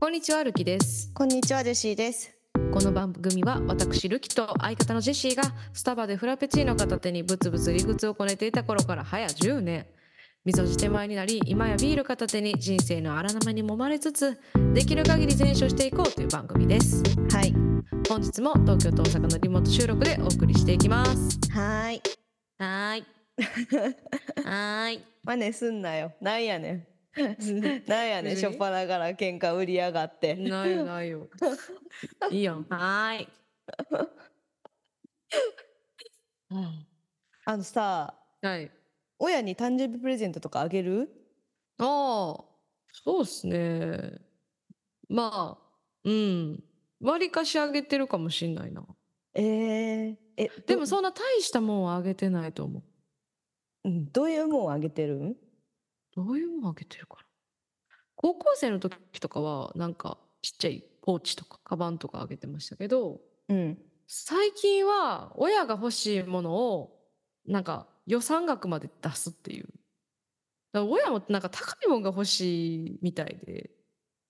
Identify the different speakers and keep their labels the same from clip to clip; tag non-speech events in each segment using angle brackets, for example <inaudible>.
Speaker 1: こんにちは、ルキです。
Speaker 2: こんにちはジェシーです。
Speaker 1: この番組は私ルキと相方のジェシーがスタバでフラペチーノ片手にブツブツ理屈をこねていた頃から早10年溝じ手前になり今やビール片手に人生の荒波に揉まれつつできる限り全勝していこうという番組です
Speaker 2: はい。
Speaker 1: 本日も東京と大阪のリモート収録でお送りしていきます
Speaker 2: はーい。
Speaker 1: はーいはーい
Speaker 2: 真似すんなよ。なんやね <laughs> ん。なんやねん。
Speaker 1: 別
Speaker 2: し
Speaker 1: に
Speaker 2: ょっぱなから喧嘩売りやがって。
Speaker 1: ないよないよいいやんはーいうん
Speaker 2: あのさ、
Speaker 1: はい
Speaker 2: 親に誕生日プレゼントとかあげる？
Speaker 1: ああ、そうですね。まあ、うん。割かし上げてるかもしんないな。
Speaker 2: えー、え、
Speaker 1: でも
Speaker 2: そ、
Speaker 1: そんな大したもんは上げてないと思う。
Speaker 2: うんどういうもんあげてるん？
Speaker 1: どういうもん上げてるかな。高校生の時とかは、なんかちっちゃいポーチとか、カバンとかあげてましたけど、
Speaker 2: うん。
Speaker 1: 最近は親が欲しいものを、なんか予算額まで出すっていう。だから親もなんか高いもんが欲しいみたいで。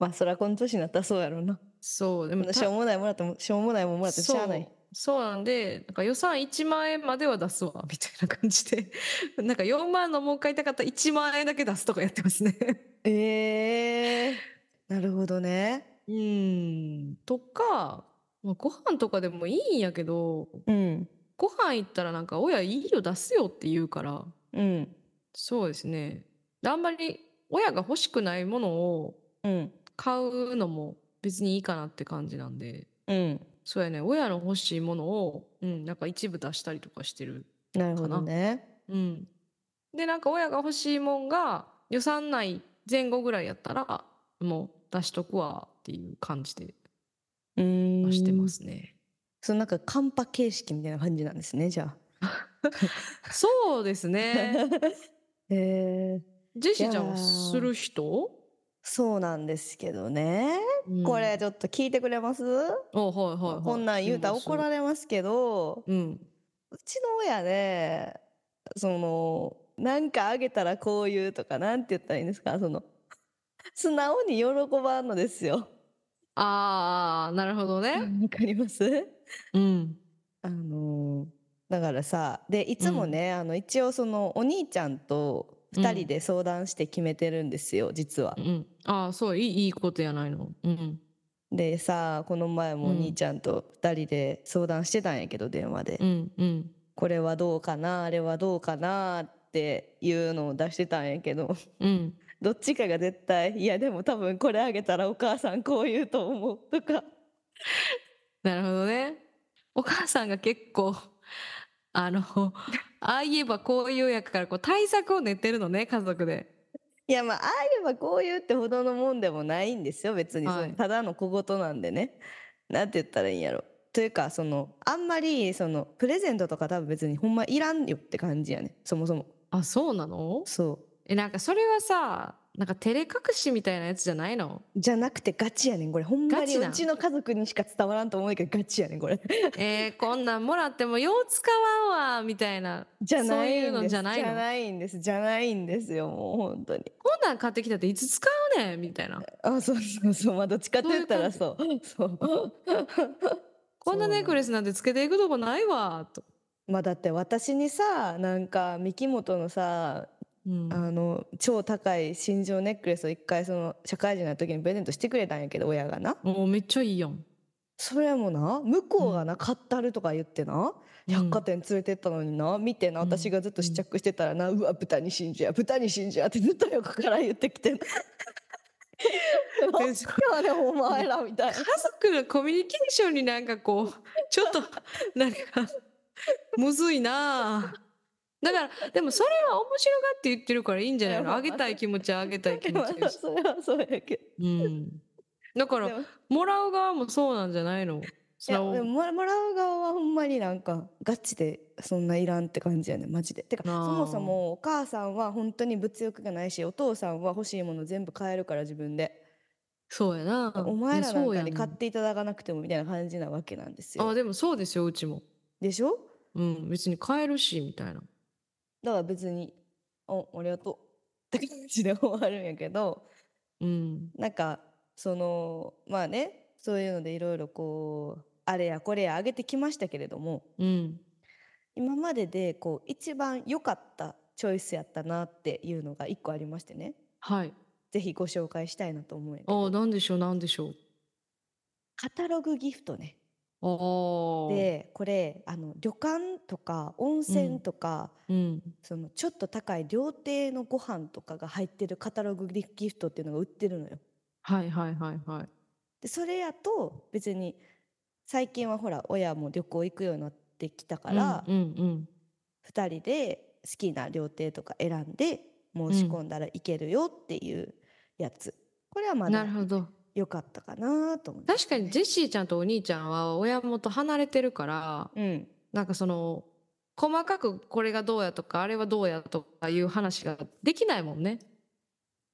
Speaker 2: まあそらこの年になったらそうやろうな。
Speaker 1: そう、で
Speaker 2: こ
Speaker 1: も
Speaker 2: んな
Speaker 1: た
Speaker 2: しょうもないもらってもしょうもないもんもらってしゃあない。
Speaker 1: そうそうなんでなんか予算1万円までは出すわ <laughs> みたいな感じで <laughs> なんか4万のもう一回たかったら1万円だけ出すとかやってます <laughs> ね
Speaker 2: ええー、なるほどね。
Speaker 1: うんとかまあご飯とかでもいいんやけど
Speaker 2: うん。
Speaker 1: ご飯行ったらなんか親いいよ出すよって言うから
Speaker 2: うん。
Speaker 1: そうですねであんまり親が欲しくないものを
Speaker 2: うん。
Speaker 1: 買うのも別にいいかなって感じなんで
Speaker 2: うん。
Speaker 1: そうやね親の欲しいものを、うん、なんか一部出したりとかしてる
Speaker 2: なるほどね。
Speaker 1: うん、でなんか親が欲しいもんが予算内前後ぐらいやったらもう出しとくわっていう感じで
Speaker 2: うーん。
Speaker 1: 出してま。すね。
Speaker 2: そのなんかカンパ形式みたいな感じなんですねじゃあ。
Speaker 1: そうですね。
Speaker 2: えー、
Speaker 1: <laughs> ジェシーちゃんはい
Speaker 2: やー
Speaker 1: する人？
Speaker 2: そうなんですけどね、
Speaker 1: うん
Speaker 2: これちょっと聞いてくれます、
Speaker 1: おはいはいはい。
Speaker 2: こんなん言うたら怒ら
Speaker 1: れ。
Speaker 2: れますけど
Speaker 1: うん。
Speaker 2: うちの親ねそのなんかあげたらこういうとかなんて言ったらいいんですかその素直に喜ばんのですよ。
Speaker 1: ああなるほどね。
Speaker 2: わかります
Speaker 1: うん。
Speaker 2: あのだからさでいつもね、あの一応そのお兄ちゃんと2人で相談して決めてるんですよ、実は
Speaker 1: う。ん。ああそういいいいことやないの。うん。
Speaker 2: でさこの前もお
Speaker 1: うん
Speaker 2: 兄ちゃんと2人で相談してたんやけど電話で、
Speaker 1: うんうん。
Speaker 2: これはどうかなあれはどうかなっていうのを出してたんやけど
Speaker 1: <laughs> うん。
Speaker 2: どっちかが絶対「いやでも多分これあげたらお母さんこう言うと思う」とか
Speaker 1: なるほどね。お母さんが結構、あの、 <laughs> ああ言えばこう言うやから、こう対策を練ってるのね、家族で。
Speaker 2: いやまあああ言えばこう言うってほどのもんでもないんですよ別に、
Speaker 1: はい
Speaker 2: そのただの小言なんでねなんて言ったらいいんやろ。というかそのあんまりそのプレゼントとか多分別にほんまいらんよって感じやねそもそも
Speaker 1: あ、そうなの
Speaker 2: そう
Speaker 1: え、なんかそれはさ、なんか照れ隠しみたいなやつじゃないの <laughs>
Speaker 2: じゃなくてガチやねんこれほんま
Speaker 1: ガ
Speaker 2: に
Speaker 1: チな
Speaker 2: うんちの家族にしか伝わらんと思うけどガチやねんこれ <laughs>
Speaker 1: えーこんなんもらってもよう使わんわ、みたいな。
Speaker 2: じゃないんです
Speaker 1: そういうのじゃないの
Speaker 2: じゃないんですじゃないんですよもう本当に
Speaker 1: こんなん買ってきたっていつ使うねん、みたいな。
Speaker 2: あそうそうそうまあどっちかって言ったらそうそう
Speaker 1: こんなネックレスなんてつけていくとこないわ、と。
Speaker 2: まあだって私にさなんか三木本のさ
Speaker 1: うん。
Speaker 2: あの超高い心情ネックレスを一回その社会人の時にプレゼントしてくれたんやけど親がな
Speaker 1: もうめっちゃいいやん。
Speaker 2: それもな向こうがな買ったるとか言ってな百貨店連れてったのにな見てな
Speaker 1: うん
Speaker 2: 私がずっと試着してたらな「うわ豚に真珠や豚に真珠や」ってずっと横から言ってき
Speaker 1: <laughs>
Speaker 2: て
Speaker 1: え
Speaker 2: 何
Speaker 1: そ
Speaker 2: やねんお前らみたいな
Speaker 1: 家族のコミュニケーションになんか
Speaker 2: <laughs>
Speaker 1: こうちょっとなんかむずいなあだからでもそれは面白がって言ってるからいいんじゃないのあげたい気持ちはあげたい気持ち
Speaker 2: <laughs>
Speaker 1: やし、
Speaker 2: それはそうやけ
Speaker 1: うん、だか
Speaker 2: どで
Speaker 1: ら
Speaker 2: も
Speaker 1: もらう側もそうなんじゃないの
Speaker 2: い
Speaker 1: そ
Speaker 2: や
Speaker 1: の
Speaker 2: でももらもらう側はほんまになんかガチでそんないらんって感じやねマジで。てかそ
Speaker 1: あー
Speaker 2: もそもお母さんは本当に物欲がないしお父さんは欲しいもの全部買えるから自分で、
Speaker 1: そうやな
Speaker 2: お前らなんか
Speaker 1: い
Speaker 2: に
Speaker 1: やそ
Speaker 2: 買
Speaker 1: う
Speaker 2: っ
Speaker 1: や
Speaker 2: ていただかなくてもみたいな感じなわけなんです
Speaker 1: なあ
Speaker 2: よ。
Speaker 1: でもそうですようちも、
Speaker 2: でしょ
Speaker 1: うん、別に買えるしみたいな
Speaker 2: だから別に「おありがとう」って感じで終わるんやけど
Speaker 1: うん
Speaker 2: なんかそのまあねそういうのでいろいろこうあれやこれや上げてきましたけれども
Speaker 1: うん
Speaker 2: 今まででこう一番良かったチョイスやったなっていうのが一個ありましてね
Speaker 1: はい
Speaker 2: ぜひご紹介したいなと思うんやけど
Speaker 1: ああなんでしょうなんでしょう
Speaker 2: カタログギフトね
Speaker 1: ああ
Speaker 2: でこれあの旅館とか温泉とか、
Speaker 1: うん
Speaker 2: そのちょっと高い料亭のご飯とかが入ってるカタログギフトっていうのが売ってるのよ。
Speaker 1: はいはいはいはい
Speaker 2: でそれやと別に最近はほら親も旅行行くようになってきたから、
Speaker 1: うんうん
Speaker 2: 2人で好きな料亭とか選んで申し込んだらいけるよっていうやつ、これは
Speaker 1: う
Speaker 2: ま
Speaker 1: んな
Speaker 2: だ
Speaker 1: るほど
Speaker 2: 良かったかなと思って、
Speaker 1: 確かにジェシーちゃんとお兄ちゃんは親元離れてるから
Speaker 2: うん、
Speaker 1: なんかその細かくこれがどうやとかあれはどうやとかいう話ができないもんね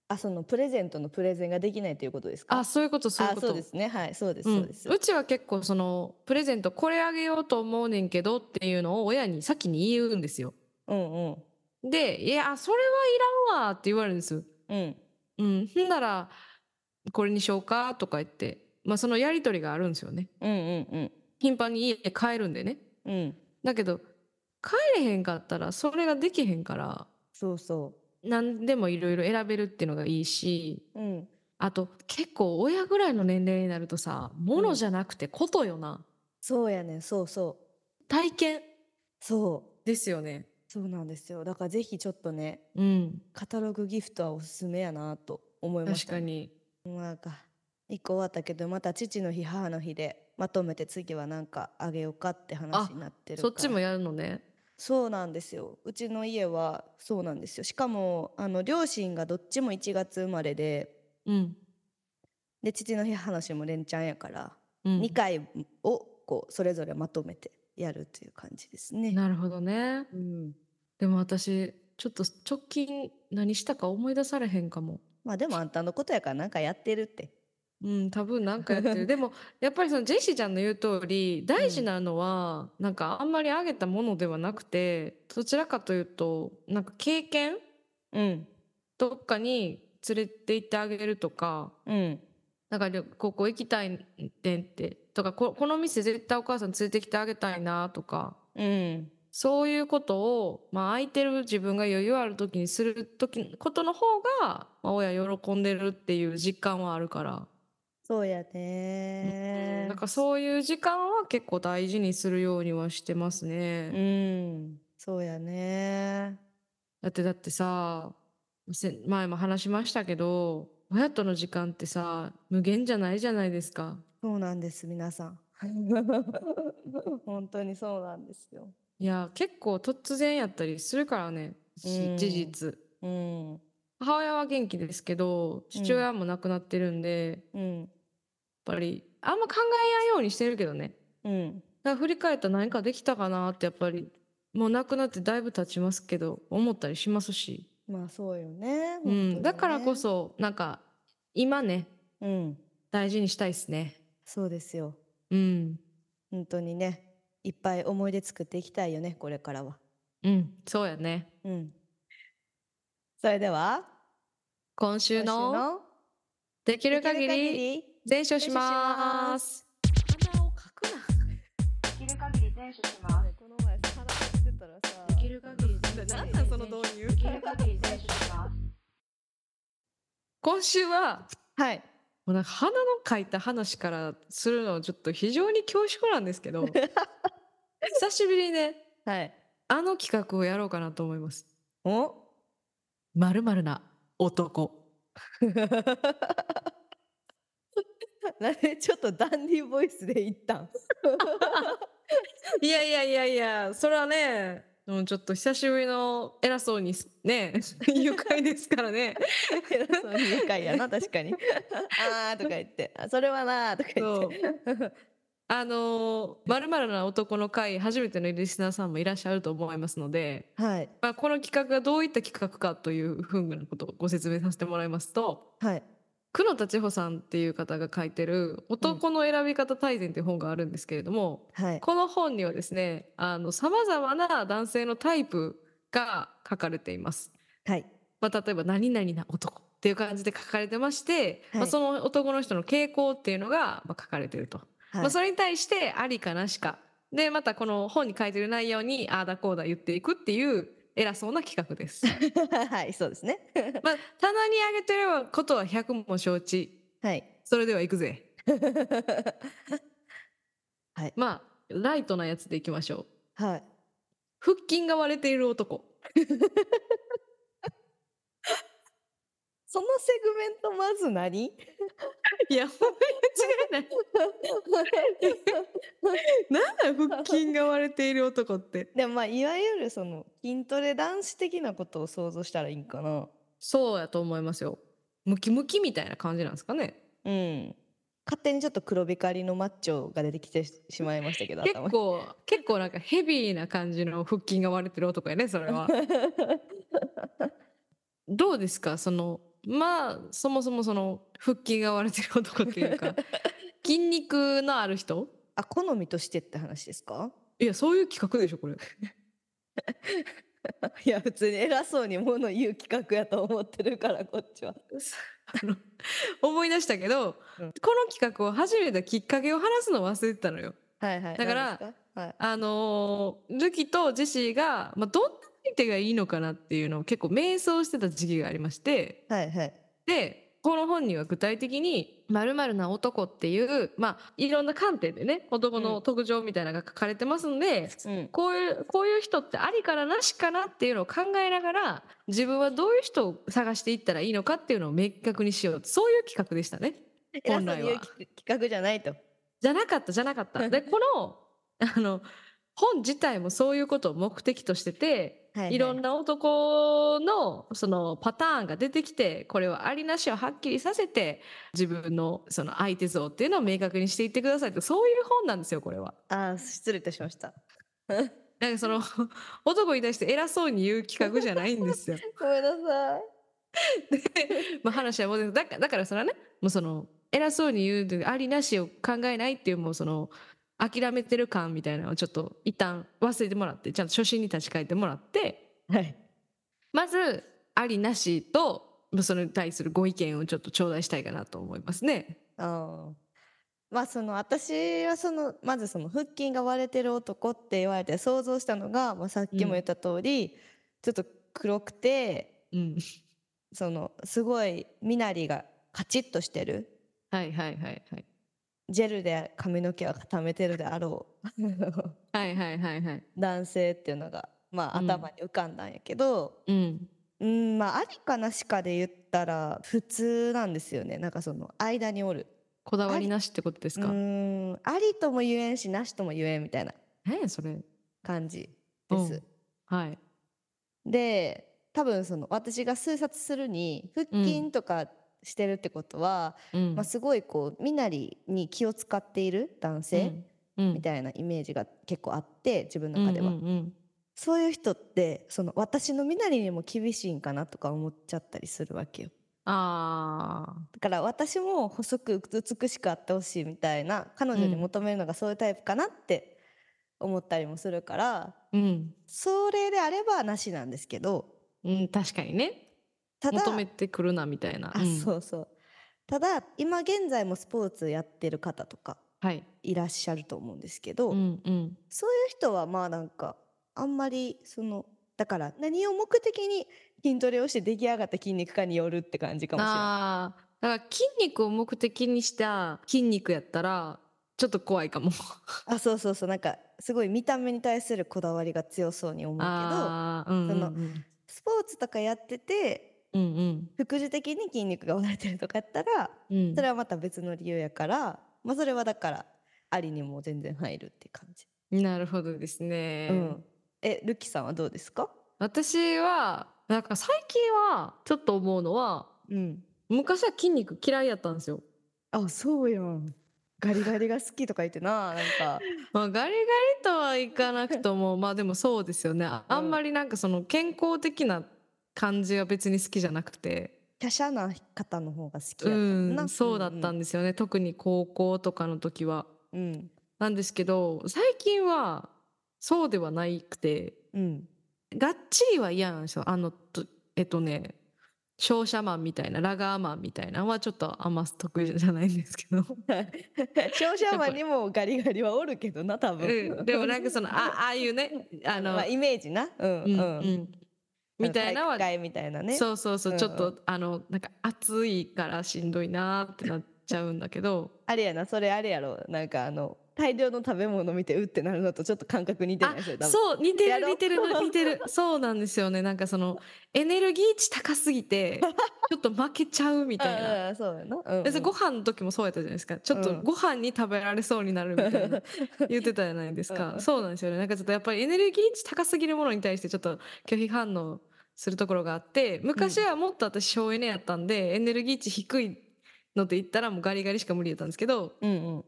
Speaker 2: あそのプレゼントのプレゼンができないということですか
Speaker 1: あそういうことそういう
Speaker 2: あ
Speaker 1: こと
Speaker 2: そうですねはいそうです、
Speaker 1: うん
Speaker 2: そうです
Speaker 1: うちは結構そのプレゼントこれあげようと思うねんけどっていうのを親に先に言うんですよ
Speaker 2: うんうん
Speaker 1: で「いやそれはいらんわ」って言われるんですよ
Speaker 2: うん
Speaker 1: うんほんなら「これにしようか」とか言ってまあそのやり取りがあるんですよね
Speaker 2: うんうん
Speaker 1: 頻繁に家へ帰るんでね
Speaker 2: うんうん
Speaker 1: だけど帰れへんかったらそれができへんから
Speaker 2: そうそ
Speaker 1: 何でもいろいろ選べるっていうのがいいし
Speaker 2: ううん
Speaker 1: あと結構親ぐらいの年齢になるとさ物じゃなくてことよな、
Speaker 2: そうやねんそうそう
Speaker 1: 体験
Speaker 2: そう
Speaker 1: ですよね
Speaker 2: そうなんですよだからぜひちょっとね
Speaker 1: うん
Speaker 2: カタログギフトはおすすめやなと思いまし
Speaker 1: 確
Speaker 2: た
Speaker 1: か
Speaker 2: ね
Speaker 1: に
Speaker 2: なんか一個終わったけどまた父の日母の日でまとめて次は何かあげようかって話になってるか
Speaker 1: そ
Speaker 2: ら
Speaker 1: っちもやるのね
Speaker 2: そうなんですようちの家はそうなんですよしかもあの両親がどっちも1月生まれで
Speaker 1: うん、
Speaker 2: で父の日母の日も連チャンやから、
Speaker 1: うん、
Speaker 2: 2回をこうそれぞれまとめてやるという感じですね。
Speaker 1: なるほどね
Speaker 2: うん、
Speaker 1: でも私ちょっと直近何したか思い出されへんかも
Speaker 2: まあでもあんたのことやからなんかやってるって。
Speaker 1: うん多分なんかや <laughs> ってるでもやっぱりそのジェシーちゃんの言う通り大事なのは、なんかあんまりあげたものではなくてどちらかというとなんか経験
Speaker 2: うん
Speaker 1: どっかに連れて行ってあげるとか
Speaker 2: うん
Speaker 1: なんか旅ここ行きたいねんってとかここの店絶対お母さん連れてきてあげたいなとか
Speaker 2: うん
Speaker 1: そういうことを、まあ、空いてる自分が余裕ある時にする時ことの方が、まあ、親喜んでるっていう実感はあるから、
Speaker 2: そうや
Speaker 1: うん
Speaker 2: ね
Speaker 1: なんかそういう時間は結構大事にするようにはしてますね。
Speaker 2: うんそうやね
Speaker 1: だってだってさせ前も話しましたけど親との時間ってさ無限じゃないじゃないですか。
Speaker 2: そうなんです皆さん <laughs> 本当にそうなんですよ
Speaker 1: いや結構突然やったりするからね
Speaker 2: う
Speaker 1: し
Speaker 2: ん
Speaker 1: 事実。
Speaker 2: うん
Speaker 1: 母親は元気ですけど父親も亡くなってるんで、
Speaker 2: うん
Speaker 1: やっぱりあんま考えないようにしてるけどね
Speaker 2: うん
Speaker 1: だから振り返ったら何かできたかなってやっぱりもう亡くなってだいぶ経ちますけど思ったりしますし、
Speaker 2: まあそうよね
Speaker 1: う
Speaker 2: 本当にね
Speaker 1: ん、だからこそなんか今ね
Speaker 2: うん
Speaker 1: 大事にしたいですね
Speaker 2: そうですよ
Speaker 1: うん
Speaker 2: 本当にねいっぱい思い出作っていきたいよねこれからは
Speaker 1: うんそうやね
Speaker 2: うんそれでは
Speaker 1: 今週の
Speaker 2: 今週
Speaker 1: でき
Speaker 2: で
Speaker 1: る
Speaker 2: きる
Speaker 1: 限
Speaker 2: 限
Speaker 1: り
Speaker 2: り
Speaker 1: 全書し
Speaker 2: 全書し
Speaker 1: ま
Speaker 2: ます鼻をかくな
Speaker 1: できる限り全書しま
Speaker 2: この前さ鼻をしてたらさ
Speaker 1: できる限り全書
Speaker 2: なんなんその導入
Speaker 1: できる限り全書します今週 <laughs> は
Speaker 2: はい
Speaker 1: もうなんか花の書いた話からするのはちょっと非常に恐縮なんですけ <laughs> ど久しぶりにね
Speaker 2: はい
Speaker 1: あの企画をやろうかなと思います。
Speaker 2: お
Speaker 1: まるまるな男
Speaker 2: なんで <laughs> ちょっとダンディーボイスで言ったん
Speaker 1: いやいやいやいやそれはねもうちょっと久しぶりの偉そうにす <laughs> ね愉快ですからね
Speaker 2: 偉そうに愉快やな確かに <laughs> あーとか言ってあそれはなーとか言って
Speaker 1: あのまるまるな男の会初めてのリスナーさんもいらっしゃると思いますので、
Speaker 2: はい
Speaker 1: まあ、この企画がどういった企画かというふうなことをご説明させてもらいますと
Speaker 2: はい
Speaker 1: 久野田千穂さんっていう方が書いてる「男の選び方大全」っていう本があるんですけれども、
Speaker 2: はい
Speaker 1: この本にはですねあの様々な男性のタイプが書かれています。
Speaker 2: はい
Speaker 1: まあ、例えば何々な男っていう感じで書かれてまして、
Speaker 2: はい
Speaker 1: まあ、その男の人の傾向っていうのがまあ書かれてると、
Speaker 2: はい
Speaker 1: まあ、それに対してありかなしかでまたこの本に書いてる内容にああだこうだ言っていくっていう偉そうな企画
Speaker 2: <laughs>
Speaker 1: です。
Speaker 2: はい、そうですね。
Speaker 1: まあ、棚に上げてることは100も承知
Speaker 2: はい。 <laughs>
Speaker 1: それでは行くぜまあライトなやつでいきましょう
Speaker 2: はい。
Speaker 1: 腹筋が割れている
Speaker 2: <laughs>
Speaker 1: 男
Speaker 2: そのセグメントまず何 <laughs>
Speaker 1: いやほんまに間違いないなんだ腹筋が割れている男って
Speaker 2: でもまあいわゆるその筋トレ男子的なことを想像したらいいんかな。
Speaker 1: そうやと思いますよムキムキみたいな感じなんですかね
Speaker 2: うん。勝手にちょっと黒光りのマッチョが出てきてしまいましたけど
Speaker 1: 結
Speaker 2: 頭に
Speaker 1: 構結構なんかヘビーな感じの腹筋が割れてる男やねそれ <laughs> はどうですかそのまあそもそもその腹筋が割れてる男っていう <laughs> か筋肉のある人
Speaker 2: <laughs> あ好みとしてって話ですか
Speaker 1: いやそういう企画でしょこれ
Speaker 2: いや普通に偉そうにもの言う企画やと思ってるからこっちは。
Speaker 1: あの思い出したけど、
Speaker 2: うん
Speaker 1: この企画を始めたきっかけを話すの忘れてたのよ。
Speaker 2: はいはい。
Speaker 1: だから
Speaker 2: 何ですかはい、
Speaker 1: あのールキとジェシーが、まあ、どんな相手がいいのかなっていうのを結構迷走してた時期がありまして
Speaker 2: はいはい。
Speaker 1: でこの本には具体的に「〇〇な男」っていう、まあ、いろんな観点でね男
Speaker 2: う
Speaker 1: の
Speaker 2: ん
Speaker 1: 特徴みたいなのが書かれてますんで、
Speaker 2: うん。
Speaker 1: こういうこういう人ってありからなしかなっていうのを考えながら自分はどういう人を探していったらいいのかっていうのを明確にしようそういう企画でしたね。
Speaker 2: 偉そう
Speaker 1: 本
Speaker 2: に
Speaker 1: 来は
Speaker 2: 言う企画じゃないと。
Speaker 1: じゃなかったじゃなか
Speaker 2: <laughs>
Speaker 1: った。でこのあの本自体もそういうことを目的としてて
Speaker 2: はい
Speaker 1: ろんな男のそのパターンが出てきてこれはありなしをはっきりさせて自分のその相手像っていうのを明確にしていってくださいってそういう本なんですよこれは。
Speaker 2: あー失礼いたしました。
Speaker 1: なんかその <laughs> 男に対して偉そうに言う企画じゃないんですよ。
Speaker 2: ごめんなさい。
Speaker 1: まあ話はもうだからだからそれはねもうその偉そうに言うでありなしを考えないっていうもうその諦めてる感みたいなのをちょっと一旦忘れてもらってちゃんと初心に立ち返ってもらって
Speaker 2: はい。
Speaker 1: まずありなしとまあそれに対するご意見をちょっと頂戴したいかなと思いますね。
Speaker 2: あーまあその私はそのまずその腹筋が割れてる男って言われて想像したのが、まあ、さっきも言った通り、ちょっと黒くて
Speaker 1: うん、
Speaker 2: そのすごい身なりがカチッとしてる
Speaker 1: はいはいはいはい
Speaker 2: ジェルで髪の毛は固めてるであろう
Speaker 1: はいはいはいはい
Speaker 2: 男性っていうのが、まあ、
Speaker 1: うん
Speaker 2: 頭に浮かんだんやけど、
Speaker 1: うん
Speaker 2: うん、まあありかなしかで言ったら普通なんですよねなんかその間におる。
Speaker 1: こだわりなしってことです
Speaker 2: う
Speaker 1: か。
Speaker 2: んありとも言えんしなしとも言えんみたいな
Speaker 1: えそれ
Speaker 2: 感じです。
Speaker 1: うんはい
Speaker 2: で多分その私が推察するに腹筋とかしてるってことは、
Speaker 1: うん
Speaker 2: まあ、すごいこう身なりに気を使っている男性
Speaker 1: うんうん
Speaker 2: みたいなイメージが結構あって自分の中では、
Speaker 1: うんうんうん
Speaker 2: そういう人ってその私の身なりにも厳しいんかなとか思っちゃったりするわけよ
Speaker 1: あ
Speaker 2: だから私も細く美しくあってほしいみたいな彼女に
Speaker 1: うん
Speaker 2: 求めるのがそういうタイプかなって思ったりもするから、
Speaker 1: ーうん
Speaker 2: それであればなしなんですけど
Speaker 1: うん、確かにね
Speaker 2: ただ
Speaker 1: 求めてくるなみたいな、
Speaker 2: あ
Speaker 1: うん
Speaker 2: そうそうただ今現在もスポーツやってる方とか
Speaker 1: はい、
Speaker 2: いらっしゃると思うんですけど、
Speaker 1: うんうん、
Speaker 2: そういう人はまあなんかあんまりそのだから何を目的に筋トレをして出来上がった筋肉かによるって感じかもしれない。
Speaker 1: ああだから筋肉を目的にした筋肉やったらちょっと怖いかも
Speaker 2: あそうそうそうなんかすごい見た目に対するこだわりが強そうに思うけど
Speaker 1: ああうんう
Speaker 2: そ
Speaker 1: んう
Speaker 2: の
Speaker 1: ん
Speaker 2: スポーツとかやってて
Speaker 1: うん
Speaker 2: 副次的に筋肉が割れてるとかやったら
Speaker 1: うんうん
Speaker 2: それはまた別の理由やから、まあ、それはだからありにも全然入るって感じ。
Speaker 1: なるほどですね、
Speaker 2: うん、えルキさんはどうですか、
Speaker 1: 私はなんか最近はちょっと思うのは
Speaker 2: うん、
Speaker 1: 昔は筋肉嫌いやったんですよ、
Speaker 2: あそうやんガリガリが好きとか言ってななんか
Speaker 1: まあ、ガリガリとはいかなくと
Speaker 2: <laughs>
Speaker 1: もまあでもそうですよねああんまりなんかその健康的な感じは別に好きじゃなくて
Speaker 2: 華奢な方の方が好き
Speaker 1: う
Speaker 2: やったもんな、
Speaker 1: ん、そうだったんですよね、特に高校とかの時は
Speaker 2: うん
Speaker 1: なんですけど最近はそうではないくて
Speaker 2: うん
Speaker 1: <laughs> がっちりは嫌なんですよあのとえっとね商社マンみたいなラガーマンみたいなのはちょっとあんま得意じゃないんですけど、
Speaker 2: 商社マンにもガリガリはおるけどな多分、
Speaker 1: うんでもなんかそのあああいうねあの、
Speaker 2: <laughs> まあ、イメージなうん
Speaker 1: う
Speaker 2: うんん、
Speaker 1: うん、みたいなのは
Speaker 2: 大会みたいなね
Speaker 1: そうそうそう、ちょっと、
Speaker 2: うん
Speaker 1: あのなんか暑いからしんどいなーってなっちゃうんだけど
Speaker 2: あれやなそれあれやろなんかあの大量の食べ物見てうってなるのとちょっと感覚似てな
Speaker 1: あ
Speaker 2: いそれ多分
Speaker 1: そう似て
Speaker 2: や
Speaker 1: る
Speaker 2: ろう
Speaker 1: 似
Speaker 2: <laughs>
Speaker 1: てるの似てるそうなんですよねなんかそのエネルギー値高すぎ
Speaker 2: <laughs>
Speaker 1: てちょっと負けちゃうみたいな。
Speaker 2: うんうんそうやな、うんうん
Speaker 1: 別にご飯の時もそうやったじゃないですかちょっと
Speaker 2: うん
Speaker 1: ご飯に食べられそうになるみたい
Speaker 2: <laughs>
Speaker 1: な言ってたじゃないです
Speaker 2: うんう
Speaker 1: か
Speaker 2: ん
Speaker 1: そうなんですよねなんかちょっとやっぱりエネルギー値高すぎるものに対してちょっと拒否反応するところがあって昔はもっと私省エネやったんでエネルギー値低いのって言ったらもうガリガリしか無理やったんですけど
Speaker 2: うん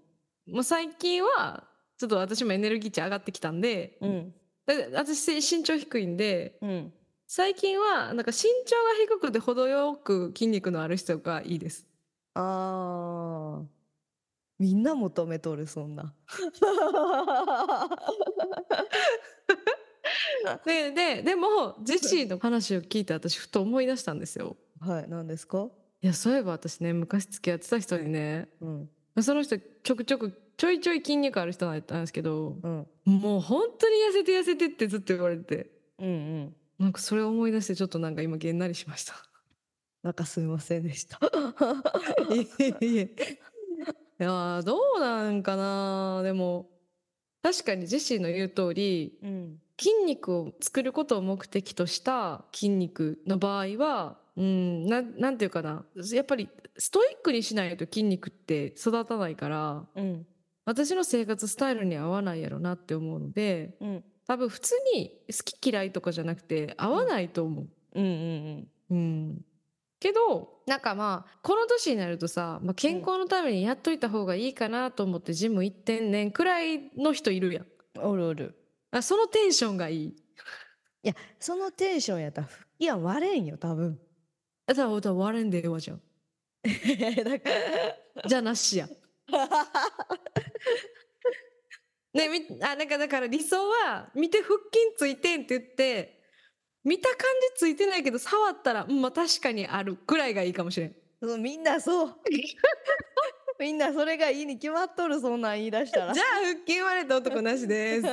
Speaker 1: もう最近はちょっと私もエネルギー値上がってきたんで
Speaker 2: うんうん
Speaker 1: だって私身長低いんで
Speaker 2: うん
Speaker 1: 最近はなんか身長が低くて程よく筋肉のある人がいいです。
Speaker 2: あーみんな求めとるそんな <laughs>
Speaker 1: でででもジェシーの話を聞いて私ふと思い出したんですよ。
Speaker 2: はい何ですか
Speaker 1: いやそういえば私ね昔付き合ってた人にね
Speaker 2: うん
Speaker 1: その人ちょくちょくちょいちょい筋肉ある人だったんですけど
Speaker 2: うん
Speaker 1: もう本当に痩せて痩せてってずっと言われて
Speaker 2: うんうん
Speaker 1: なんかそれを思い出してちょっとなんか今げんなりしました。
Speaker 2: なんかすみませんでした。
Speaker 1: いえいえいやーどうなんかなでも確かにジェシーの言う通り
Speaker 2: うん、
Speaker 1: 筋肉を作ることを目的とした筋肉の場合はうんなんなんていうかなやっぱりストイックにしないと筋肉って育たないから
Speaker 2: うん、
Speaker 1: 私の生活スタイルに合わないやろなって思うので
Speaker 2: うん、
Speaker 1: 多分普通に好き嫌いとかじゃなくて合わないと思う。
Speaker 2: うん、うん、
Speaker 1: うん、けどなんかまあこの年になるとさ、まあ、健康のためにやっといた方がいいかなと思ってジム行ってんねんくらいの人いるやん
Speaker 2: おるおる。
Speaker 1: あそのテンションがいい
Speaker 2: そのテンションやったら、いや、割れんよ、多分。
Speaker 1: あだからだから割れんでええわじゃん
Speaker 2: だか
Speaker 1: じゃなしや <laughs> ねみあなんかだから理想は見て腹筋ついてんって言って見た感じついてないけど触ったら、うん、まあ確かにあるくらいがいいかもしれん
Speaker 2: らそう、みんなそう。みんなそれがいいに決まっとる、そんなん言い出したら。
Speaker 1: じゃあ腹筋割れた男なしです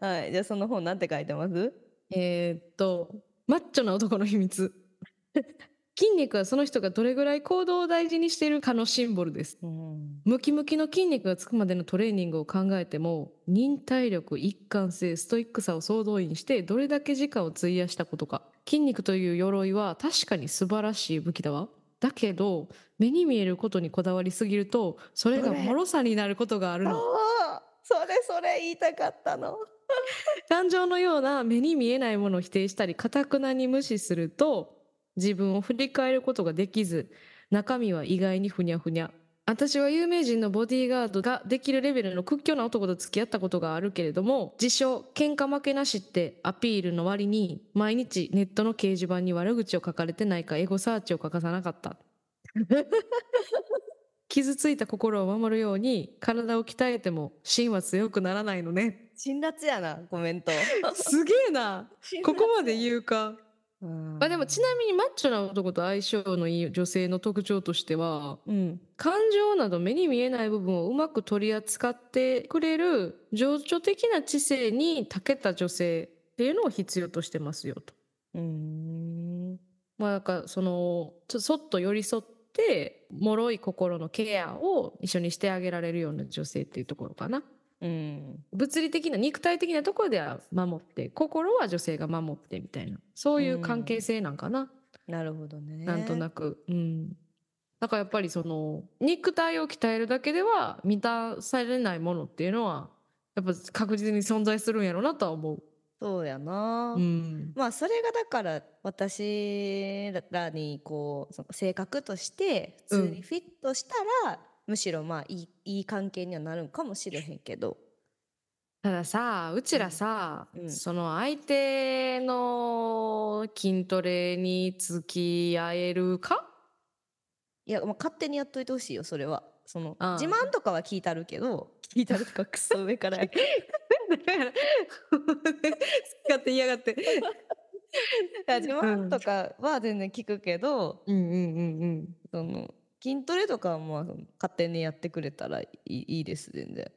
Speaker 2: はい、じゃあ、その本なんて書いてます。
Speaker 1: えーっと、マッチョな男の秘密。 <laughs> 筋肉はその人がどれぐらい行動を大事にしているかのシンボルです。
Speaker 2: うん、
Speaker 1: ムキムキの筋肉がつくまでのトレーニングを考えても、忍耐力、一貫性、ストイックさを総動員してどれだけ時間を費やしたことか。筋肉という鎧は確かに素晴らしい武器だわ。だけど、目に見えることにこだわりすぎると、それが脆さになることがあるの。
Speaker 2: ああ、それそれ言いたかったの。
Speaker 1: 感情のような目に見えないものを否定したり、かたくなに無視すると、自分を振り返ることができず、中身は意外にふにゃふにゃ。私は有名人のボディーガードができるレベルの屈強な男と付き合ったことがあるけれども、自称、喧嘩負けなしってアピールの割に、毎日ネットの掲示板に悪口を書かれてないか、エゴサーチを欠かさなかった。傷ついた心を守るように、体を鍛えても芯は強くならないの
Speaker 2: <laughs>
Speaker 1: ね。
Speaker 2: 辛辣やな、コメ <laughs> ント。
Speaker 1: すげえなここまで言うか。
Speaker 2: うん。
Speaker 1: まあでもちなみにマッチョな男と相性のいい女性の特徴としては、
Speaker 2: うん。
Speaker 1: 感情など目に見えない部分をうまく取り扱ってくれる情緒的な知性に長けた女性っていうのを必要としてますよと。
Speaker 2: うん。
Speaker 1: まあなんかその、ちょそっと寄り添って、脆い心のケアを一緒にしてあげられるような女性っていうところかな。
Speaker 2: うん。
Speaker 1: 物理的な肉体的なところでは守って心は女性が守ってみたいなそういう関係性なんかな、
Speaker 2: なるほどね。
Speaker 1: なんとなく、うん、だからやっぱりその肉体を鍛えるだけでは満たされないものっていうのはやっぱ確実に存在するんやろうなとは思う、
Speaker 2: そうやな、
Speaker 1: うん
Speaker 2: まあそれがだから私らにこうその性格として普通にフィットしたら、むしろまあいいいい関係にはなるんかもしれへんけど
Speaker 1: たださうちらさ、
Speaker 2: うんうん
Speaker 1: その相手の筋トレに付き合える
Speaker 2: <laughs>
Speaker 1: か
Speaker 2: いや、まあ、勝手にやっといてほしいよそれはその
Speaker 1: ああ
Speaker 2: 自慢とかは聞いたるけど聞いたるとかク <laughs> ソ上からや
Speaker 1: <laughs> だから使って嫌がって
Speaker 2: や自慢とかは全然聞くけど、
Speaker 1: うんうんうんうん。
Speaker 2: その筋トレとかはまあ勝手にやってくれたらいいいいです全然。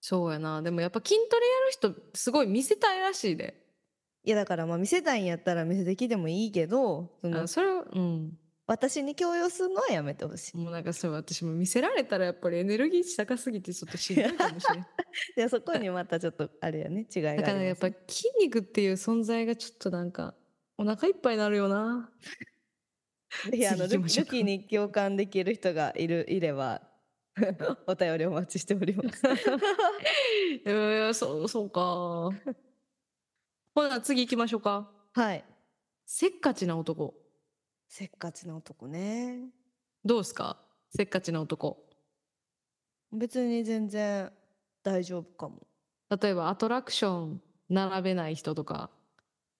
Speaker 1: そうやな。でもやっぱ筋トレやる人、すごい見せたいらしいで。
Speaker 2: いやだからまあ見せたいんやったら見せてきてもいいけどその
Speaker 1: あそれは、うん。
Speaker 2: 私に強要するのはやめてほしい。
Speaker 1: もうなんかそれ私も見せられたらやっぱりエネルギー値高すぎてちょっとしんどいかもし
Speaker 2: <laughs>
Speaker 1: れない。
Speaker 2: <laughs> でそこにまたちょっとあれやね違いがあ
Speaker 1: だ
Speaker 2: ります
Speaker 1: からやっぱ
Speaker 2: ね
Speaker 1: 筋肉っていう存在がちょっとなんかお腹いっぱいになるよな。 <laughs>
Speaker 2: ぜひあの
Speaker 1: 次
Speaker 2: ル
Speaker 1: 行きましょ
Speaker 2: ル
Speaker 1: うか
Speaker 2: キに共感できる人がいるいれば <laughs> お便りお待ちしてお
Speaker 1: <laughs>
Speaker 2: ります。
Speaker 1: えー、そうそうか。ほな次行きましょうか。
Speaker 2: はい。
Speaker 1: せっかちな男。
Speaker 2: せっかちな男ね。
Speaker 1: どうですかせっかちな男。
Speaker 2: 別に全然大丈夫かも。
Speaker 1: 例えばアトラクション並べない人とか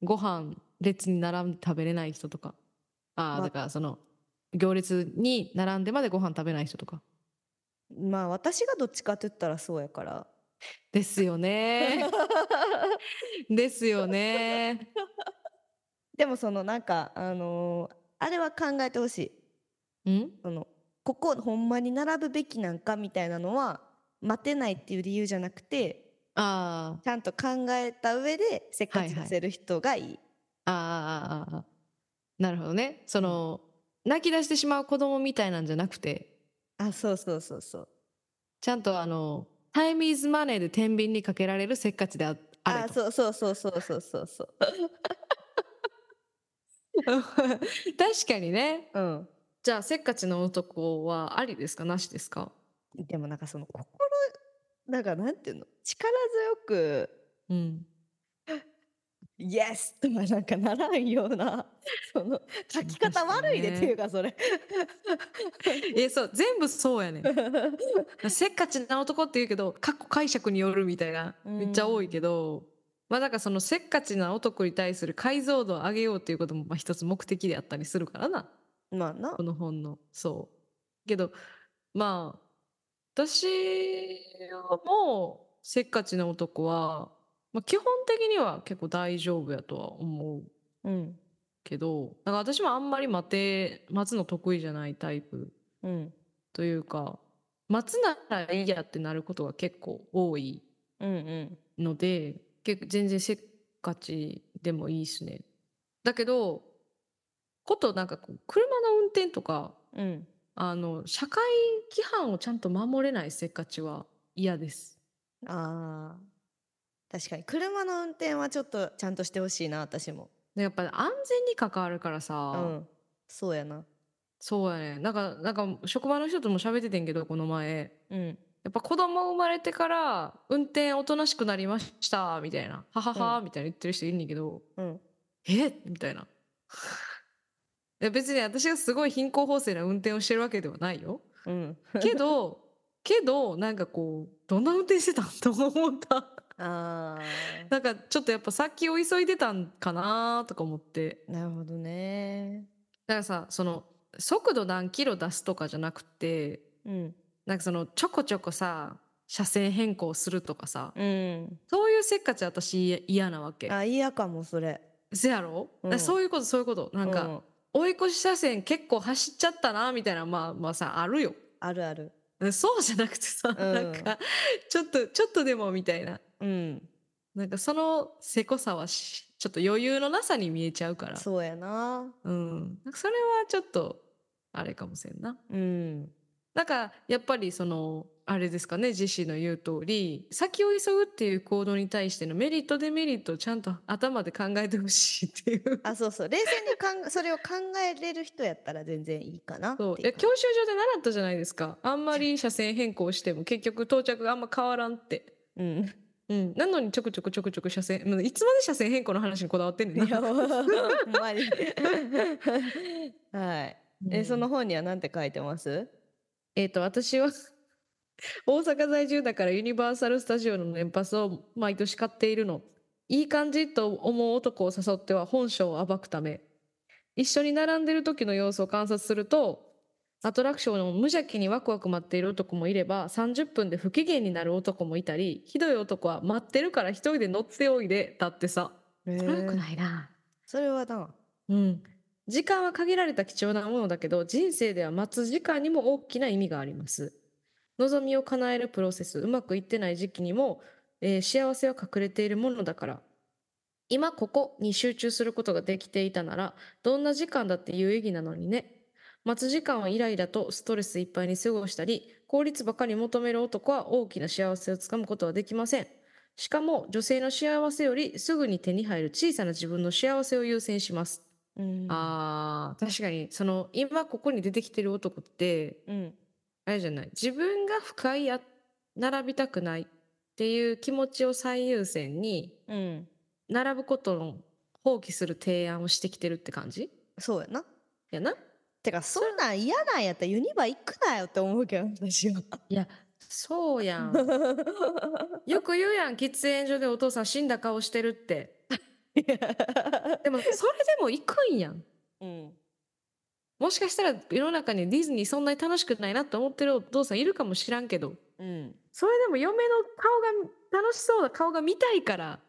Speaker 1: ご飯列に並んで食べれない人とかあ
Speaker 2: ま
Speaker 1: あ
Speaker 2: あ
Speaker 1: だからその行列に並んでまでご飯食べない人とか
Speaker 2: まあ私がどっちかって言ったらそうやから。
Speaker 1: ですよ
Speaker 2: <laughs>
Speaker 1: ねですよね
Speaker 2: でもそのなんかあのーあれは考えてほしい。
Speaker 1: うん
Speaker 2: そのここほんまに並ぶべきなんかみたいなのは待てないっていう理由じゃなくて
Speaker 1: あ
Speaker 2: ちゃんと考えた上でせっか
Speaker 1: は
Speaker 2: ち
Speaker 1: いは
Speaker 2: さ
Speaker 1: い
Speaker 2: せる人がいい。
Speaker 1: ああああああなるほどねその泣き出してしまう子供みたいなんじゃなくて
Speaker 2: あそうそうそうそう。
Speaker 1: ちゃんとあのタイムイズマネーで天秤にかけられるせっかちでああれ
Speaker 2: あ
Speaker 1: と
Speaker 2: そうそうそうそうそうそうそう。
Speaker 1: <laughs> 確かにね
Speaker 2: うん。
Speaker 1: じゃあせっかちの男はありですかなしですか
Speaker 2: でもなんかその心なんかなんていうの力強く
Speaker 1: うん
Speaker 2: 「イエス!」とかなんかならんような <laughs> その <laughs> 書き方悪いでっていうかそれ。
Speaker 1: えそう全部そうやねんせっかちな男って言うけどかっこ解釈によるみたいな
Speaker 2: うん
Speaker 1: めっちゃ多いけどまあだからそのせっかちな男に対する解像度を上げようっていうこともまあ一つ目的であったりするからな
Speaker 2: <laughs> まあな
Speaker 1: こ。の本のそうけどまあ私もせっかちな男は、まあ、基本的には結構大丈夫やとは思う
Speaker 2: うん。
Speaker 1: けどだから私もあんまり待て待つの得意じゃないタイプ
Speaker 2: うん。
Speaker 1: というか待つならいいやってなることが結構多い
Speaker 2: うんうん。
Speaker 1: ので結構全然せっかちでもいいしね。だけどことなんかこう車の運転とか
Speaker 2: うん。
Speaker 1: あの社会規範をちゃんと守れないせっかちは嫌です。
Speaker 2: あー確かに車の運転はちょっとちゃんとしてほしいな私も。
Speaker 1: でやっぱり安全に関わるからさ、
Speaker 2: うん。そうやな。
Speaker 1: そうやねなんかなんか職場の人とも喋っててんけどこの前。
Speaker 2: うん。
Speaker 1: やっぱ子供生まれてから運転おとなしくなりましたみたいな「ははは」みたいな言ってる人いるんだけど
Speaker 2: うん。
Speaker 1: 「えみたいな。いや別に私がすごい貧困法制な運転をしてるわけではない
Speaker 2: <laughs>
Speaker 1: よ。
Speaker 2: うん。
Speaker 1: けどけどなんかこうどんな運転してたんと思った。 <laughs>
Speaker 2: あ
Speaker 1: なんかちょっとやっぱ先を急いでたんかなとか思って。
Speaker 2: あ。なるほどね。
Speaker 1: だからさその速度何キロ出すとかじゃなくて
Speaker 2: うん。
Speaker 1: なんかそのちょこちょこさ車線変更するとかさ
Speaker 2: うん。
Speaker 1: そういうせっかち私い嫌なわけ。
Speaker 2: あ嫌かもそれ。
Speaker 1: せやろ、
Speaker 2: うん
Speaker 1: だからそういうことそういうことなんか、
Speaker 2: うん
Speaker 1: 追い越し車線結構走っちゃったなみたいなまあまあさあるよ。
Speaker 2: あるある。
Speaker 1: そうじゃなくてさ、
Speaker 2: うん
Speaker 1: なんかちょっとちょっとでもみたいな
Speaker 2: うん。
Speaker 1: なんかそのせこさはしちょっと余裕のなさに見えちゃうから
Speaker 2: そうやな。
Speaker 1: うん、なんかそれはちょっとあれかもしれんな。
Speaker 2: うん。
Speaker 1: だからやっぱりそのあれですかねジェシーの言う通り先を急ぐっていう行動に対してのメリットデメリットをちゃんと頭で考えてほしいっていう。
Speaker 2: あそうそう冷静にかん <laughs> それを考えれる人やったら全然いいかなってい
Speaker 1: そうういや教習所で習ったじゃないですかあんまり車線変更しても結局到着があんま変わらんって、
Speaker 2: うん
Speaker 1: うん、なのにちょくちょくちょくちょく車線もういつまで車線変更の話にこだわってんねん <laughs>
Speaker 2: いや
Speaker 1: な、
Speaker 2: もうほんまに <laughs> はい
Speaker 1: <laughs>
Speaker 2: えその本には何て書いてます
Speaker 1: えっ、と私は <laughs> 大阪在住だからユニバーサル・スタジオの年パスを毎年買っているのいい感じと思う男を誘っては本性を暴くため一緒に並んでる時の様子を観察するとアトラクションを無邪気にワクワク待っている男もいれば30分で不機嫌になる男もいたりひどい男は待ってるから一人で乗っておいでだってさ、
Speaker 2: え
Speaker 1: それは良くないな
Speaker 2: それはな
Speaker 1: うん、時間は限られた貴重なものだけど人生では待つ時間にも大きな意味があります望みを叶えるプロセスうまくいってない時期にも、えー幸せは隠れているものだから今ここに集中することができていたならどんな時間だって有意義なのにね待つ時間はイライラとストレスいっぱいに過ごしたり効率ばかり求める男は大きな幸せをつかむことはできませんしかも女性の幸せよりすぐに手に入る小さな自分の幸せを優先します
Speaker 2: うん
Speaker 1: あー確かにその今ここに出てきてる男って
Speaker 2: うん
Speaker 1: あれじゃない自分が不快や並びたくないっていう気持ちを最優先に
Speaker 2: うん
Speaker 1: 並ぶことの放棄する提案をしてきてるって感じ
Speaker 2: そうやな
Speaker 1: やな
Speaker 2: てかそんなん嫌なんやったらユニバ行くなよって思うけど私は
Speaker 1: そうや
Speaker 2: <laughs>
Speaker 1: んよく言うやん喫煙所でお父さん死んだ顔してるってでもそれでも行くんやん
Speaker 2: うん
Speaker 1: もしかしたら世の中にディズニーそんなに楽しくないなって思ってるお父さんいるかもしらんけど
Speaker 2: うん
Speaker 1: それでも嫁の顔が楽しそうな顔が見たいから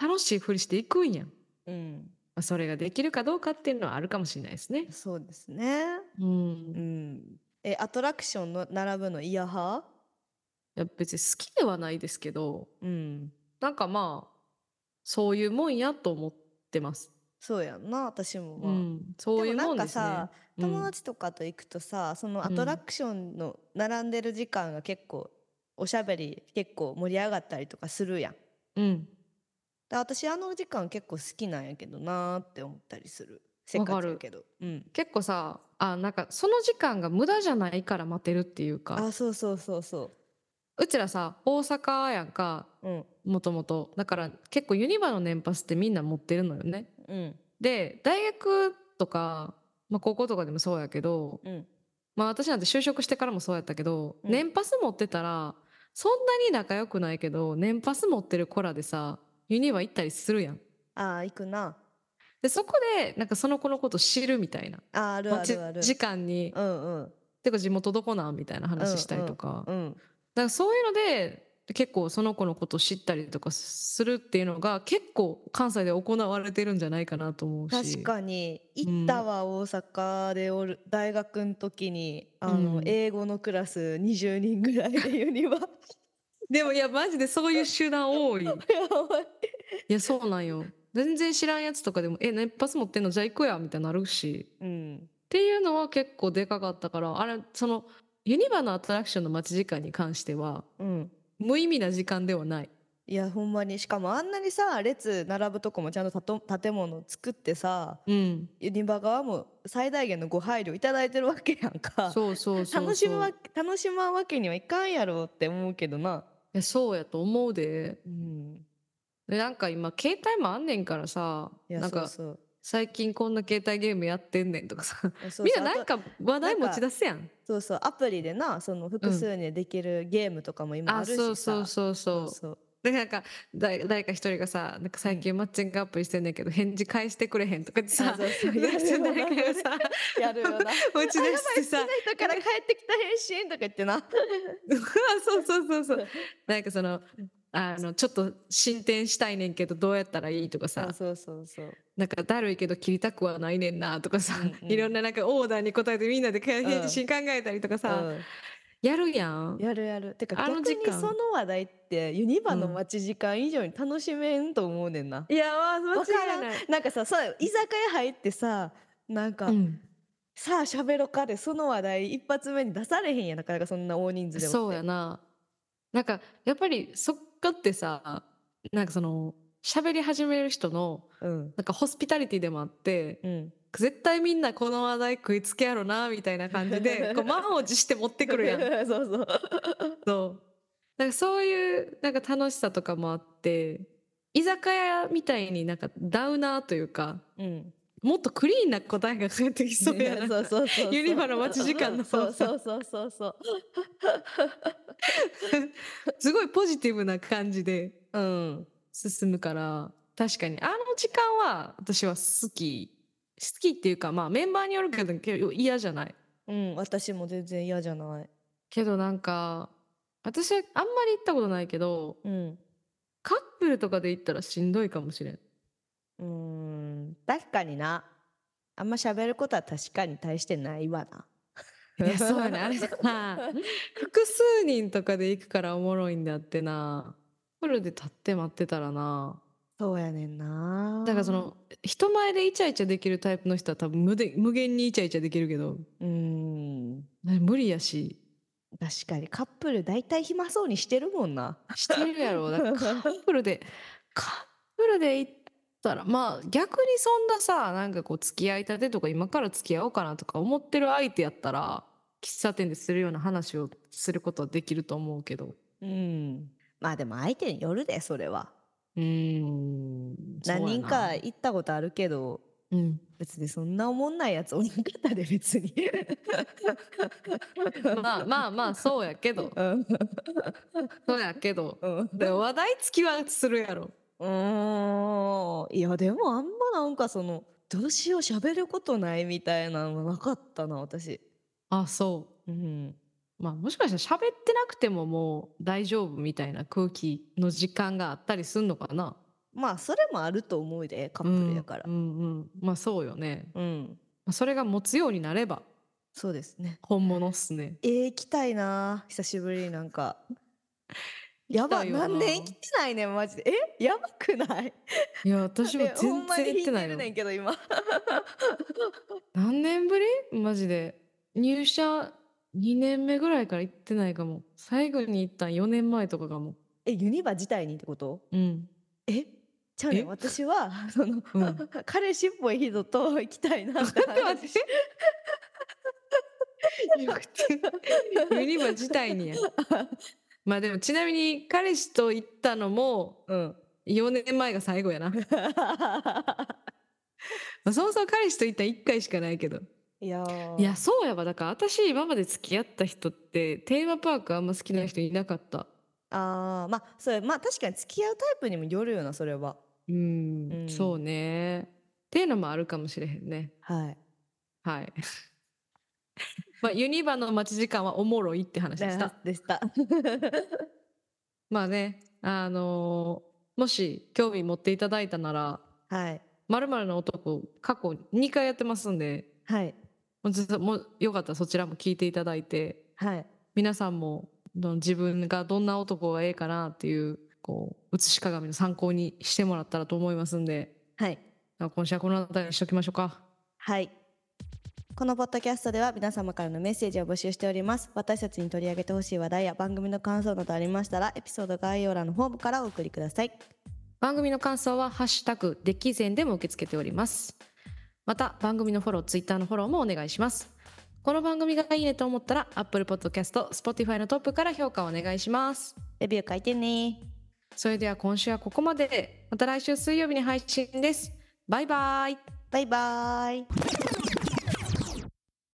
Speaker 1: 楽しいふりしていくんやん、ま
Speaker 2: うん
Speaker 1: あ、それができるかどうかっていうのはあるかもしれないですね。
Speaker 2: そうですね
Speaker 1: う、
Speaker 2: うんんえアトラクションの並ぶの嫌派
Speaker 1: いや別に好きではないですけど
Speaker 2: うん
Speaker 1: なんかまあそういうもんやと思ってます。
Speaker 2: そうやんな私もま
Speaker 1: う
Speaker 2: あ、
Speaker 1: ん、そういう
Speaker 2: でも
Speaker 1: も
Speaker 2: な
Speaker 1: で
Speaker 2: んんか
Speaker 1: すね。
Speaker 2: さ、
Speaker 1: うん
Speaker 2: 友達とかと行くとさそのアトラクションの並んでる時間が結構おしゃべり結構盛り上がったりとかするやん。
Speaker 1: うん、
Speaker 2: で私あの時間結構好きなんやけどなーって思ったりするせっ
Speaker 1: わ
Speaker 2: か
Speaker 1: か
Speaker 2: ち
Speaker 1: る
Speaker 2: やけど、うん、
Speaker 1: 結構さあなんかその時間が無駄じゃないから待てるっていうか
Speaker 2: あそうそうそうそう
Speaker 1: ちらさ大阪やんか
Speaker 2: ううん
Speaker 1: もともとだから結構ユニバの年パスってみんな持ってるのよね。
Speaker 2: うん
Speaker 1: で大学とか、まあ、高校とかでもそうやけど、
Speaker 2: うん
Speaker 1: まあ、私なんて就職してからもそうやったけど、
Speaker 2: うん
Speaker 1: 年パス持ってたらそんなに仲良くないけど年パス持ってる子らでさユニバ行ったりするやん。
Speaker 2: あー行くな
Speaker 1: でそこでなんかその子のこと知るみたいな
Speaker 2: あーあるあるある
Speaker 1: 待ち時間に
Speaker 2: うんうん
Speaker 1: 「てか地元どこなん?」みたいな話したりとか,、だか
Speaker 2: うん
Speaker 1: らそういうので結構その子のこと知ったりとかするっていうのが結構関西で行われてるんじゃないかなと思うし
Speaker 2: 確かに行ったわ、大阪でおる大学の時にあの、
Speaker 1: うん
Speaker 2: 英語のクラス20人ぐらいで <laughs> ユニバ
Speaker 1: でもいやマジでそういう集団多い。いやそうなんよ全然知らんやつとかでも「え何パス持ってんのじゃあ行くや」みたいになるし
Speaker 2: うん
Speaker 1: っていうのは結構でかかったからあれそのユニバのアトラクションの待ち時間に関しては
Speaker 2: うん
Speaker 1: 無意味な時間ではない
Speaker 2: いやほんまにしかもあんなにさ列並ぶとこもちゃんとたと建物作ってさ
Speaker 1: うん
Speaker 2: ユニバ側も最大限のご配慮いただいてるわけやんか
Speaker 1: そうそうそうそう
Speaker 2: 楽しむわ
Speaker 1: い
Speaker 2: 楽しまんわけにはいかんやろって思うけどな
Speaker 1: やそうやと思うで
Speaker 2: うん
Speaker 1: でなんか今携帯もあんねんからさ
Speaker 2: いや
Speaker 1: なんか
Speaker 2: そうそう
Speaker 1: 最近こんな携帯ゲームやってんねんとかさ
Speaker 2: いやそう
Speaker 1: みん
Speaker 2: そう
Speaker 1: なな
Speaker 2: あ
Speaker 1: ん
Speaker 2: と
Speaker 1: か話題持ち出すやん
Speaker 2: そうそうアプリでなその複数にできるゲームとかも今あ
Speaker 1: あ
Speaker 2: るしさ、
Speaker 1: そうそうそうそう
Speaker 2: そう
Speaker 1: でなんかだ誰か一人がさなんか最近マッチングアプリしてんねんけど返事返してくれへんとかって
Speaker 2: そう
Speaker 1: さ <laughs>
Speaker 2: そうそうや
Speaker 1: 誰
Speaker 2: るよな
Speaker 1: かがさ
Speaker 2: <laughs> やるよな
Speaker 1: 打ち出してさ
Speaker 2: だから帰ってきた返信とか言ってな
Speaker 1: <laughs> そうそうそうそうなんかそのあのちょっと進展したいねんけどどうやったらいいとかさ
Speaker 2: あそうそうそう
Speaker 1: なんかだるいけど切りたくはないねんなとかさ、
Speaker 2: うんうん
Speaker 1: いろんななんかオーダーに答えてみんなで返
Speaker 2: うん
Speaker 1: 事考えたりとかさ、やるやん
Speaker 2: うんやるやるてか
Speaker 1: あ
Speaker 2: 逆
Speaker 1: の
Speaker 2: に
Speaker 1: 時間
Speaker 2: その話題ってユニバの
Speaker 1: うん
Speaker 2: 待ち時間以上に楽しめんと思うねんな、
Speaker 1: いやまあ
Speaker 2: わからん
Speaker 1: ない
Speaker 2: なんかさそう居酒屋入ってさなんか、
Speaker 1: うん、
Speaker 2: さあ喋ろかでその話題一発目に出されへんやんなかなかそんな大人数でもって
Speaker 1: そうやななんかやっぱりそっかってさなんかその喋り始める人の
Speaker 2: うん
Speaker 1: なんかホスピタリティでもあって
Speaker 2: うん
Speaker 1: 絶対みんなこの話題食いつけやろなみたいな感じ
Speaker 2: <laughs>
Speaker 1: でこう満を持して持ってくるやん
Speaker 2: そうそう
Speaker 1: そうなんかそういうなんか楽しさとかもあって居酒屋みたいになんかダウナーというか
Speaker 2: うん
Speaker 1: もっとクリーンな答えが返ってきそうや
Speaker 2: <laughs>
Speaker 1: な
Speaker 2: そうそうそうそう
Speaker 1: ユニバの待ち時間の
Speaker 2: そうそうそうそう
Speaker 1: <laughs>
Speaker 2: そう
Speaker 1: すごいポジティブな感じで
Speaker 2: うん
Speaker 1: 進むから確かにあの時間は私は好き好きっていうかまあメンバーによるけどけど嫌じゃない
Speaker 2: うん私も全然嫌じゃない
Speaker 1: けどなんか私はあんまり行ったことないけど
Speaker 2: うん
Speaker 1: カップルとかで行ったらしんどいかもしれん
Speaker 2: うーん確かになあんま喋ることは確かに対してないわな。
Speaker 1: いやそうやねあれさ複数人とかで行くからおもろいんだってなフルで立って待ってたらな
Speaker 2: <laughs> そうやねんな。
Speaker 1: だからその人前でイチャイチャできるタイプの人は多分無で無限にイチャイチャできるけど
Speaker 2: うーん
Speaker 1: 無理やし
Speaker 2: 確かにカップル大体暇そうにしてるもんな。
Speaker 1: してるやろだからカップルでカップルで行ったらまあ逆にそんなさなんかこう付き合いたてとか今から付き合おうかなとか思ってる相手やったら喫茶店でするような話をすることはできると思うけど
Speaker 2: <laughs> うんまあでも相手によるでそれは。
Speaker 1: うーん
Speaker 2: 何人
Speaker 1: そうや
Speaker 2: か
Speaker 1: な
Speaker 2: 行ったことあるけど
Speaker 1: うん
Speaker 2: 別にそんなおもんないやつおらんかったで別に。
Speaker 1: まあまあまあそうやけど
Speaker 2: <laughs> うん
Speaker 1: そうやけど
Speaker 2: うん
Speaker 1: で話題付きはするやろ
Speaker 2: うーんいやでもあんまなんかそのどうしよう喋ることないみたいなのはなかったな私。
Speaker 1: あそう
Speaker 2: うん、
Speaker 1: まあ、もしかしたら喋ってなくてももう大丈夫みたいな空気の時間があったりすんのかな
Speaker 2: まあそれもあると思うでカップルやから
Speaker 1: う。んうんうんまあそうよね
Speaker 2: うん、
Speaker 1: まあそれが持つようになれば
Speaker 2: そうですね。
Speaker 1: 本物っすね
Speaker 2: えー、行きたいな久しぶりになんか。やば
Speaker 1: <laughs> 行きたいよな
Speaker 2: 何年生きてないねんマジでえ <laughs> やばくない
Speaker 1: いや私も
Speaker 2: ねほ
Speaker 1: 全
Speaker 2: んまに
Speaker 1: 然行ってない
Speaker 2: 引
Speaker 1: の
Speaker 2: るねんけど今
Speaker 1: 何年ぶりマジで入社2年目ぐらいから行ってないかも最後に行ったん4年前とかかも
Speaker 2: えユニバ自体にってこと
Speaker 1: うん
Speaker 2: えちゃうねん
Speaker 1: え
Speaker 2: 私は <laughs> その、
Speaker 1: うん
Speaker 2: 彼氏っぽい人と行きたいなって
Speaker 1: だって
Speaker 2: 話
Speaker 1: <laughs> 待って <laughs> よくてユニバ自体にやまあでもちなみに彼氏と行ったのも
Speaker 2: うん
Speaker 1: 4年前が最後やなまあそもそも彼氏と行った1回しかないけど
Speaker 2: <laughs> いやー
Speaker 1: いやそうやわだから私今まで付き合った人ってテーマパークあんま好きな人いなかった
Speaker 2: あーまあそれまあ確かに付き合うタイプにもよるよなそれは
Speaker 1: うん
Speaker 2: うん
Speaker 1: そうねっていうのもあるかもしれへんね
Speaker 2: はい
Speaker 1: はい <laughs> まあユニバの待ち時間はおもろいって話でした
Speaker 2: でした。 <laughs>
Speaker 1: まあねあのーもし興味持っていただいたなら
Speaker 2: はい。
Speaker 1: まるまるの男過去2回やってますんで
Speaker 2: はい。
Speaker 1: もうずっともうよかったらそちらも聞いていただいて
Speaker 2: はい。
Speaker 1: 皆さんもどの自分がどんな男がええかなっていうこう写し鏡の参考にしてもらったらと思いますんで
Speaker 2: はい。
Speaker 1: 今週はこの辺りにしときましょうか
Speaker 2: はい。このポッドキャストでは皆様からのメッセージを募集しております。私たちに取り上げてほしい話題や番組の感想などありましたら、エピソード概要欄のフォームからお送りください。
Speaker 1: 番組の感想は「ハッシュタグできぜん」でも受け付けておりますまた番組のフォローツイッターのフォローもお願いしますこの番組がいいねと思ったら Apple Podcast、Spotify のトップから評価をお願いします
Speaker 2: レビュー書いてね。
Speaker 1: それでは今週はここまでまた来週水曜日に配信ですバイバイ
Speaker 2: バイバーイ。